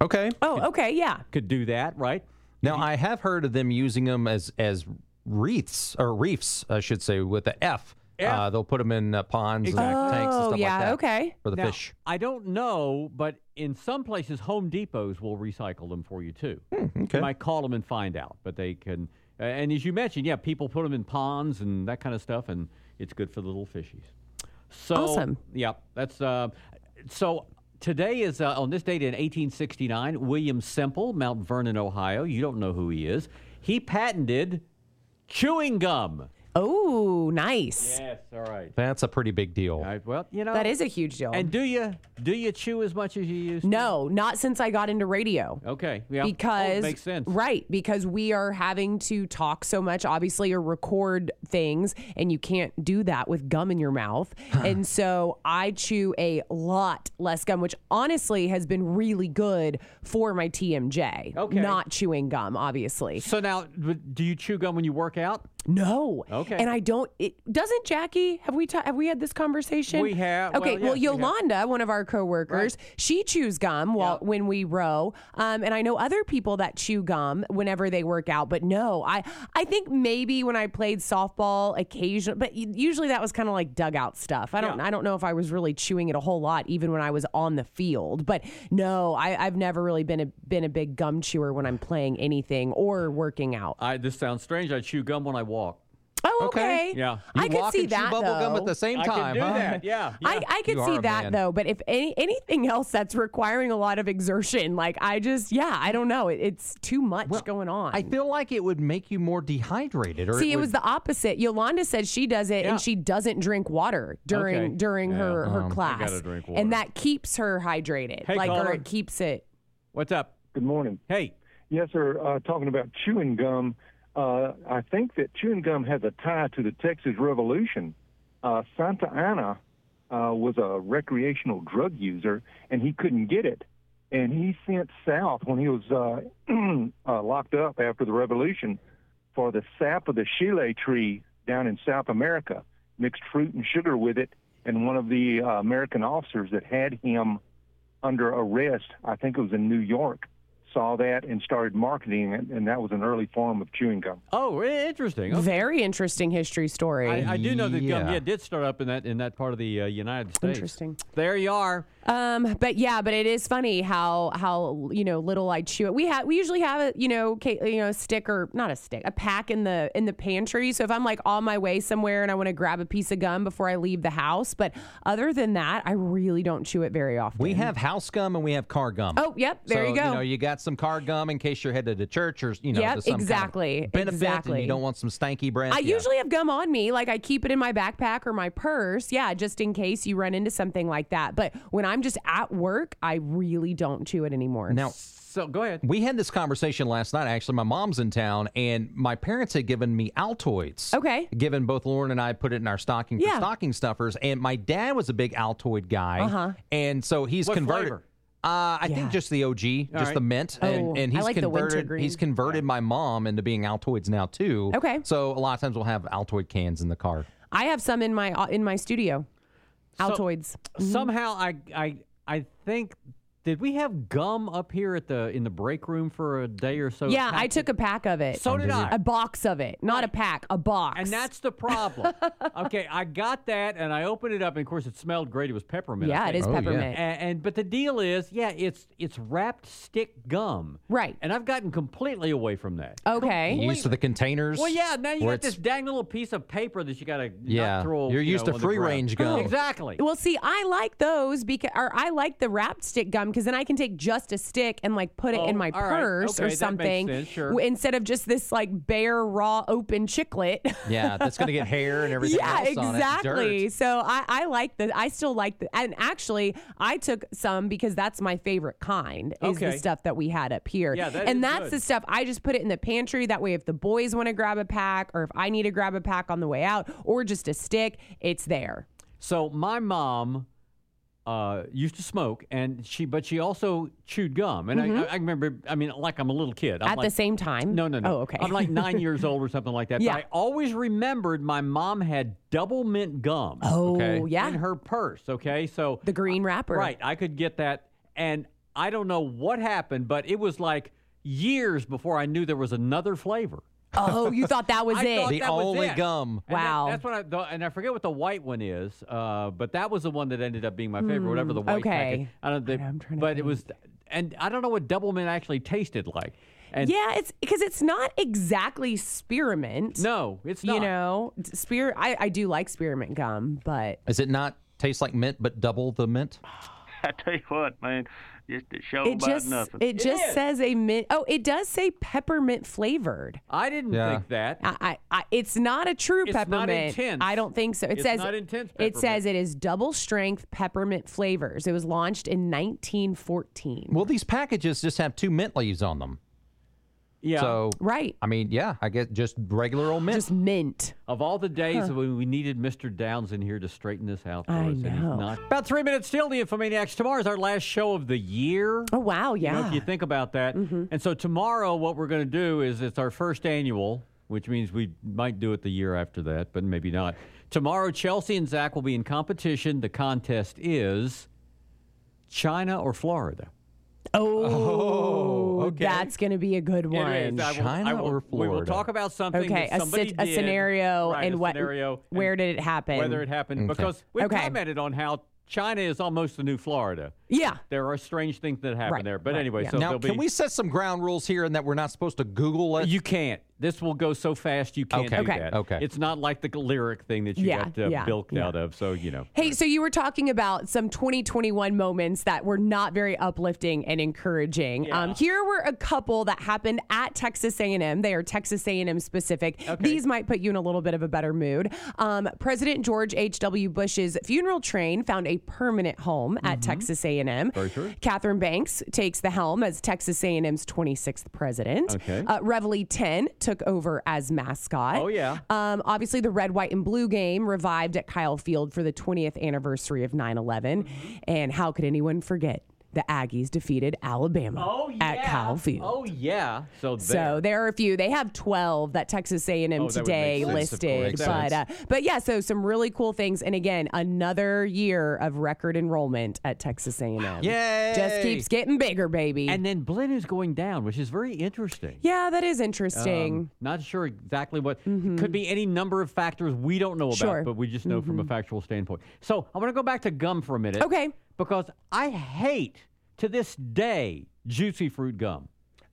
Speaker 7: Okay.
Speaker 1: Oh, okay, yeah.
Speaker 5: Could do that, right?
Speaker 7: Now I have heard of them using them as as wreaths or reefs, I should say, with the F. Uh, they'll put them in uh, ponds and tanks and
Speaker 1: Oh,
Speaker 7: stuff
Speaker 1: yeah,
Speaker 7: like that.
Speaker 1: okay.
Speaker 7: For the
Speaker 5: Now,
Speaker 7: fish.
Speaker 5: I don't know, but in some places, Home Depots will recycle them for you too. You might call them and find out, but they can. a- And as you mentioned, yeah, people put them in ponds and that kind of stuff, and it's good for the little fishies. So,
Speaker 1: Awesome.
Speaker 5: Yeah, that's uh, so. Today is uh, on this date in 1869. William Semple, Mount Vernon, Ohio. You don't know who he is. He patented chewing gum.
Speaker 1: Oh, nice.
Speaker 5: Yes, all right.
Speaker 7: That's a pretty big deal.
Speaker 5: All right. Well, you know
Speaker 1: That is a huge deal.
Speaker 5: And do you do you chew as much as you used? to?
Speaker 1: no, not since I got into radio.
Speaker 5: Okay. Yeah. Oh, it
Speaker 1: Because
Speaker 5: makes sense.
Speaker 1: right, because we are having to talk so much, obviously, or record things, and you can't do that with gum in your mouth. and so I chew a lot less gum, which honestly has been really good for my TMJ.
Speaker 5: Okay.
Speaker 1: not chewing gum, obviously.
Speaker 5: So now, w- do you chew gum when you work out?
Speaker 1: No.
Speaker 5: Okay.
Speaker 1: And I don't. It doesn't. Jackie, have we ta- have we had this conversation?
Speaker 5: We have.
Speaker 1: Okay.
Speaker 5: Well,
Speaker 1: Well,
Speaker 5: yes, we have.
Speaker 1: Yolanda, one of our coworkers, she chews gum while when we row. Um, and I know other people that chew gum whenever they work out. But no, I I think maybe when I played softball, occasionally, but u- usually that was kind of like dugout stuff. I don't
Speaker 5: Yeah.
Speaker 1: I don't know if I was really chewing it a whole lot, even when I was on the field. But no, I, I've never really been a been a big gum chewer when I'm playing anything or working out.
Speaker 5: I. This sounds strange. I chew gum when I walk.
Speaker 1: Oh, okay.
Speaker 7: Okay.
Speaker 5: Yeah.
Speaker 1: I
Speaker 7: You
Speaker 1: could
Speaker 7: walk
Speaker 1: see
Speaker 7: and chew
Speaker 1: that
Speaker 7: bubble
Speaker 1: though.
Speaker 7: gum at the same
Speaker 5: I
Speaker 7: time.
Speaker 5: can do
Speaker 7: huh?
Speaker 5: that. Yeah.
Speaker 1: I, I could
Speaker 7: You
Speaker 1: see
Speaker 7: are a
Speaker 1: that
Speaker 7: man.
Speaker 1: though, but if any, anything else that's requiring a lot of exertion, like I just, yeah, I don't know. It, it's too much going on.
Speaker 7: I feel like it would make you more dehydrated. Or
Speaker 1: See, it
Speaker 7: would-
Speaker 1: was the opposite. Yolanda said she does it,
Speaker 5: Yeah.
Speaker 1: and she doesn't drink water during
Speaker 5: Okay.
Speaker 1: during her
Speaker 7: um,
Speaker 1: her class,
Speaker 5: gotta drink water.
Speaker 1: and that keeps her hydrated.
Speaker 5: Hey,
Speaker 1: like,
Speaker 5: caller.
Speaker 1: or it keeps it.
Speaker 5: What's up?
Speaker 11: Good morning.
Speaker 5: Hey.
Speaker 11: Yes, sir. Uh, talking about chewing gum, uh, I think that chewing gum has a tie to the Texas Revolution. Uh, Santa Ana uh, was a recreational drug user, and he couldn't get it. And he sent south when he was uh, uh, locked up after the Revolution for the sap of the Chile tree down in South America, mixed fruit and sugar with it. And one of the uh, American officers that had him under arrest, I think it was in New York, saw that and started marketing it, and that was an early form of chewing gum.
Speaker 5: Oh, i- interesting. Okay.
Speaker 1: Very interesting history story.
Speaker 5: I, I do know that gum.
Speaker 7: Yeah.
Speaker 5: Yeah, did start up in that in that part of the uh, United States.
Speaker 1: Interesting.
Speaker 5: There you are.
Speaker 1: Um, but yeah, but it is funny how how you know little I chew it. We have we usually have a you know ca- you know a stick or not a stick a pack in the in the pantry. So if I'm like on my way somewhere and I want to grab a piece of gum before I leave the house, but other than that, I really don't chew it very often.
Speaker 7: We have house gum and we have car gum.
Speaker 1: Oh, yep, there
Speaker 7: So,
Speaker 1: you go.
Speaker 7: You know, you got some car gum in case you're headed to church or you know
Speaker 1: Yep,
Speaker 7: to some kind of
Speaker 1: exactly,
Speaker 7: benefit and
Speaker 1: exactly.
Speaker 7: you don't want some stanky breath.
Speaker 1: I
Speaker 7: yeah.
Speaker 1: usually have gum on me, like I keep it in my backpack or my purse, yeah, just in case you run into something like that. But when I'm I'm just at work. I really don't chew it anymore.
Speaker 7: Now,
Speaker 5: so go ahead.
Speaker 7: We had this conversation last night. Actually, my mom's in town, and my parents had given me Altoids.
Speaker 1: Okay.
Speaker 7: Given both Lauren and I put it in our stocking for
Speaker 1: Yeah.
Speaker 7: stocking stuffers, and my dad was a big Altoid guy,
Speaker 1: Uh-huh.
Speaker 7: and so he's
Speaker 5: What
Speaker 7: converted.
Speaker 5: flavor?
Speaker 7: Uh, I think just the OG, just
Speaker 5: right.
Speaker 7: the mint, and,
Speaker 1: Oh,
Speaker 7: and
Speaker 1: I
Speaker 7: he's
Speaker 1: like the
Speaker 7: converted.
Speaker 1: wintergreen.
Speaker 7: he's converted my mom into being Altoids now too.
Speaker 1: Okay.
Speaker 7: So a lot of times we'll have Altoid cans in the car.
Speaker 1: I have some in my uh, in my studio.
Speaker 5: So-
Speaker 1: Altoids.
Speaker 5: Mm-hmm. Somehow, I, I, I think. Did we have gum up here at the in the break room for a day or so?
Speaker 1: yeah, I
Speaker 5: Packed
Speaker 1: took a pack of it.
Speaker 5: So did I.
Speaker 1: A box of it, not a pack, a box.
Speaker 5: And that's the problem. okay, I got that, and I opened it up, and of course, it smelled great. It was peppermint. I
Speaker 1: yeah, it
Speaker 5: think.
Speaker 1: is
Speaker 7: Oh, yeah.
Speaker 1: peppermint.
Speaker 5: And, and but the deal is, yeah, it's it's wrapped stick gum,
Speaker 1: Right.
Speaker 5: And I've gotten completely away from that.
Speaker 1: Okay.
Speaker 7: You used to the containers.
Speaker 5: Well, yeah. Now you
Speaker 7: where
Speaker 5: got this
Speaker 7: it's-
Speaker 5: dang little piece of paper that you got to
Speaker 7: Yeah,
Speaker 5: throw.
Speaker 7: you're
Speaker 5: you
Speaker 7: used
Speaker 5: know,
Speaker 7: to
Speaker 5: on the ground.
Speaker 7: free-range gum.
Speaker 5: Exactly.
Speaker 1: Well, see, I like those because, or I like the wrapped stick gum because then I can take just a stick and like put it
Speaker 5: Oh,
Speaker 1: in my
Speaker 5: all right.
Speaker 1: purse
Speaker 5: Okay, that
Speaker 1: or
Speaker 5: makes
Speaker 1: something
Speaker 5: sense, sure.
Speaker 1: w- instead of just this like bare raw open chiclet.
Speaker 7: yeah, that's gonna get hair and everything.
Speaker 1: yeah,
Speaker 7: else on it,
Speaker 1: exactly.
Speaker 7: dirt.
Speaker 1: So I, I like the, I still like the, and actually I took some because that's my favorite kind is
Speaker 5: Okay.
Speaker 1: the stuff that we had up here.
Speaker 5: Yeah, that is
Speaker 1: and that's
Speaker 5: good.
Speaker 1: the stuff I just put it in the pantry. That way, if the boys want to grab a pack or if I need to grab a pack on the way out or just a stick, it's there.
Speaker 5: So my mom uh, used to smoke, and she but she also chewed gum, and I I, I remember. I mean, like I'm a little kid. I'm
Speaker 1: Mm-hmm. At the
Speaker 5: like-
Speaker 1: same time?
Speaker 5: No, no, no.
Speaker 1: Oh, okay.
Speaker 5: I'm like nine years old or something like that.
Speaker 1: Yeah.
Speaker 5: But I always remembered my mom had double mint gum.
Speaker 1: Oh,
Speaker 7: Okay.
Speaker 1: yeah.
Speaker 5: In her purse. Okay, so
Speaker 1: The green wrapper.
Speaker 5: Right. I could get that. And I don't know what happened, but it was like years before I knew there was another flavor.
Speaker 1: Oh, you thought that was
Speaker 5: I
Speaker 1: it.
Speaker 5: thought
Speaker 7: The
Speaker 5: that was
Speaker 7: only
Speaker 5: it.
Speaker 7: gum.
Speaker 5: And that-
Speaker 1: Wow.
Speaker 5: that's what I the, and I forget what the white one is, uh, but that was the one that ended up being my favorite. whatever the white. packet-
Speaker 1: Hmm, okay.
Speaker 5: I don't. They,
Speaker 1: know, I'm trying to
Speaker 5: but it was, and I don't know what double mint actually tasted like. And
Speaker 1: yeah, it's because it's not exactly spearmint.
Speaker 5: No, it's not.
Speaker 1: You know, D- spear. I, I do like spearmint gum, but
Speaker 7: Does it not taste like mint, but double the mint?
Speaker 12: I tell you what, man, just a show
Speaker 1: it
Speaker 12: about
Speaker 1: just
Speaker 12: nothing.
Speaker 1: it just says a mint. Oh, it does say peppermint flavored.
Speaker 5: I didn't
Speaker 7: Yeah.
Speaker 5: think that.
Speaker 1: I, I, I it's not a true
Speaker 5: It's not
Speaker 1: peppermint.
Speaker 5: intense.
Speaker 1: I don't think so. It
Speaker 5: It's
Speaker 1: says
Speaker 5: not intense
Speaker 1: It
Speaker 5: peppermint.
Speaker 1: says it is double strength peppermint flavors. It was launched in 1914.
Speaker 7: Well, these packages just have two mint leaves on them.
Speaker 5: yeah.
Speaker 7: So,
Speaker 1: right,
Speaker 7: I mean, yeah, I guess just regular old mint.
Speaker 1: just mint.
Speaker 5: Of all the days when we needed Mr. Downs in here to straighten this out for
Speaker 1: I
Speaker 5: us, and he's
Speaker 1: know.
Speaker 5: not. About three minutes till the Infomaniacs. Tomorrow's our last show of the year.
Speaker 1: Oh wow, yeah. Mm-hmm.
Speaker 5: You know, if you think about that. And so tomorrow, what we're going to do is it's our first annual, which means we might do it the year after that, but maybe not. Tomorrow, Chelsea and Zach will be in competition. The contest is China or Florida.
Speaker 1: Oh,
Speaker 7: okay.
Speaker 1: that's going to be a good one.
Speaker 5: I will-
Speaker 7: China
Speaker 5: I will-
Speaker 7: or
Speaker 5: We will
Speaker 7: Florida?
Speaker 5: talk about something.
Speaker 1: Okay,
Speaker 5: that
Speaker 1: a,
Speaker 5: somebody
Speaker 1: sit- a
Speaker 5: did.
Speaker 1: scenario
Speaker 5: Right,
Speaker 1: and
Speaker 5: a
Speaker 1: what?
Speaker 5: scenario and
Speaker 1: where did it happen?
Speaker 5: whether it happened because we
Speaker 1: Okay.
Speaker 5: commented on how China is almost the new Florida.
Speaker 1: yeah,
Speaker 5: There are strange things that happen
Speaker 1: Right,
Speaker 5: there, but
Speaker 1: right,
Speaker 5: anyway,
Speaker 1: yeah.
Speaker 5: so
Speaker 7: now,
Speaker 5: there'll
Speaker 7: can
Speaker 5: be,
Speaker 7: we set some ground rules here in that we're not supposed to Google it?
Speaker 5: You can't. This will go so fast you can't
Speaker 7: Okay.
Speaker 5: do
Speaker 1: Okay.
Speaker 5: that.
Speaker 7: Okay.
Speaker 5: It's not like the lyric thing that you
Speaker 1: Yeah,
Speaker 5: got uh,
Speaker 1: yeah,
Speaker 5: bilked
Speaker 1: yeah.
Speaker 5: out of. So you know.
Speaker 1: Hey, so you were talking about some 2021 moments that were not very uplifting and encouraging. Um, here were a couple that happened at Texas A&M. They are Texas A&M specific. These might put you in a little bit of a better mood. Um, President George H.W. Bush's funeral train found a permanent home at Texas A&M.
Speaker 5: Mm-hmm. Very true.
Speaker 1: Catherine Banks takes the helm as Texas A&M's 26th president.
Speaker 5: Okay.
Speaker 1: Uh, Reveille 10 took over as mascot.
Speaker 5: Oh, yeah.
Speaker 1: Um, obviously, the red, white, and blue game revived at Kyle Field for the 20th anniversary of 9 11.
Speaker 5: Mm-hmm.
Speaker 1: And how could anyone forget the Aggies defeated Alabama at Kyle Field?
Speaker 5: Oh yeah. So
Speaker 1: So
Speaker 5: there.
Speaker 1: there are a few. They have 12 that Texas A&M
Speaker 5: Oh, that would
Speaker 1: today
Speaker 5: make sense, of
Speaker 1: listed,
Speaker 5: course.
Speaker 1: but uh, but yeah, so some really cool things. And again, another year of record enrollment at Texas A&M.
Speaker 7: Yay!
Speaker 1: Just keeps getting bigger, baby.
Speaker 5: and then Blinn is going down, which is very interesting.
Speaker 1: yeah, that is interesting. Mm-hmm.
Speaker 5: Um, not sure exactly what could be any number of factors we don't know about,
Speaker 1: Sure. Mm-hmm.
Speaker 5: but we just know from a factual standpoint. So I want to go back to gum for a minute.
Speaker 1: Okay.
Speaker 5: Because I hate to this day juicy fruit gum.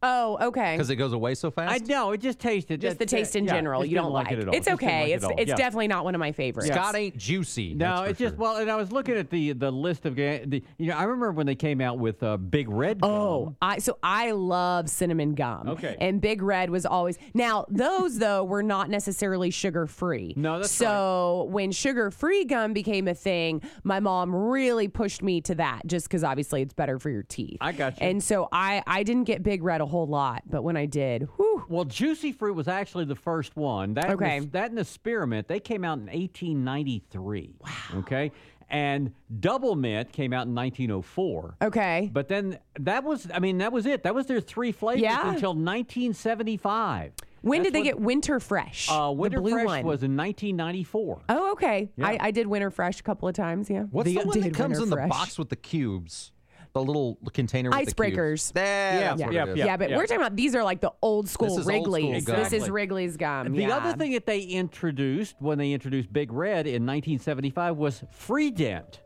Speaker 1: Oh, okay.
Speaker 7: because it goes away so fast.
Speaker 5: I know it just tasted.
Speaker 1: Just the
Speaker 5: that's it.
Speaker 1: taste in
Speaker 5: Yeah,
Speaker 1: general,
Speaker 5: just
Speaker 1: you
Speaker 5: didn't
Speaker 1: don't
Speaker 5: like it at all.
Speaker 1: It's
Speaker 5: Just didn't
Speaker 1: okay.
Speaker 5: like it
Speaker 1: it's
Speaker 5: at all.
Speaker 1: it's
Speaker 5: Yeah.
Speaker 1: definitely not one of my favorites.
Speaker 7: Scott ain't juicy.
Speaker 5: No,
Speaker 7: that's
Speaker 5: it's
Speaker 7: for
Speaker 5: just well, and I was looking at the the list of ga- the you know I remember when they came out with uh, Big Red.
Speaker 1: Oh, I so I love cinnamon gum.
Speaker 5: um, Okay.
Speaker 1: And Big Red was always now those though were not necessarily sugar free.
Speaker 5: No, that's
Speaker 1: so when sugar free gum became a thing, my mom really pushed me to that just because obviously it's better for your teeth.
Speaker 5: I got you.
Speaker 1: And so I I didn't get Big Red a whole lot, but when I did, whew,
Speaker 5: Well, Juicy Fruit was actually the first one. That
Speaker 1: Okay.
Speaker 5: was- that and the Spearmint, they came out in 1893. Wow. Okay. And Double Mint came out in
Speaker 1: Oh.
Speaker 5: 1904.
Speaker 1: okay.
Speaker 5: But then that was, I mean, that was it. That was their three flavors
Speaker 1: Yeah.
Speaker 5: until 1975.
Speaker 1: When
Speaker 5: That's
Speaker 1: did they
Speaker 5: when-
Speaker 1: get Winter Fresh?
Speaker 5: Uh, Winter
Speaker 1: the blue
Speaker 5: Fresh
Speaker 1: one.
Speaker 5: was in 1994.
Speaker 1: Oh, okay.
Speaker 5: Yeah.
Speaker 1: I, I did Winter Fresh a couple of times. Yeah.
Speaker 7: What's the, one that
Speaker 1: did
Speaker 7: comes
Speaker 1: Winter
Speaker 7: in the
Speaker 1: Fresh.
Speaker 7: box with the cubes? The little container with
Speaker 1: Icebreakers.
Speaker 7: the cubes. That-
Speaker 5: Yeah,
Speaker 7: that's what it
Speaker 5: yeah,
Speaker 7: is.
Speaker 1: Yeah, but
Speaker 5: yeah.
Speaker 1: we're talking about these are like the old school
Speaker 7: This is old school
Speaker 1: Wrigley's.
Speaker 7: gum.
Speaker 1: This is
Speaker 7: Exactly.
Speaker 1: Wrigley's gum.
Speaker 5: The
Speaker 1: yeah.
Speaker 5: other thing that they introduced when they introduced Big Red in 1975 was Free Dent,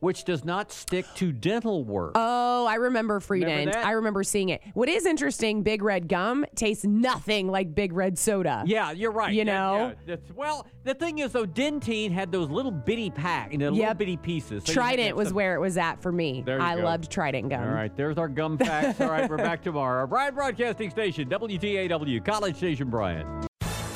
Speaker 5: which does not stick to dental work.
Speaker 1: Oh, I remember Frieden.
Speaker 5: Remember that?
Speaker 1: I remember seeing it. What is interesting, Big Red gum tastes nothing like Big Red soda.
Speaker 5: Yeah, you're right.
Speaker 1: You
Speaker 5: That-
Speaker 1: know?
Speaker 5: yeah, that's- well, the thing is, though, dentine had those little bitty pack, you know, little
Speaker 1: Yep.
Speaker 5: bitty pieces. So you had to
Speaker 1: Trident
Speaker 5: have
Speaker 1: was
Speaker 5: some-
Speaker 1: where it was at for me.
Speaker 5: There you
Speaker 1: I
Speaker 5: go.
Speaker 1: loved Trident gum.
Speaker 5: All right, there's our gum facts. All right, we're back tomorrow. Brian Broadcasting Station, WTAW, College Station, Brian.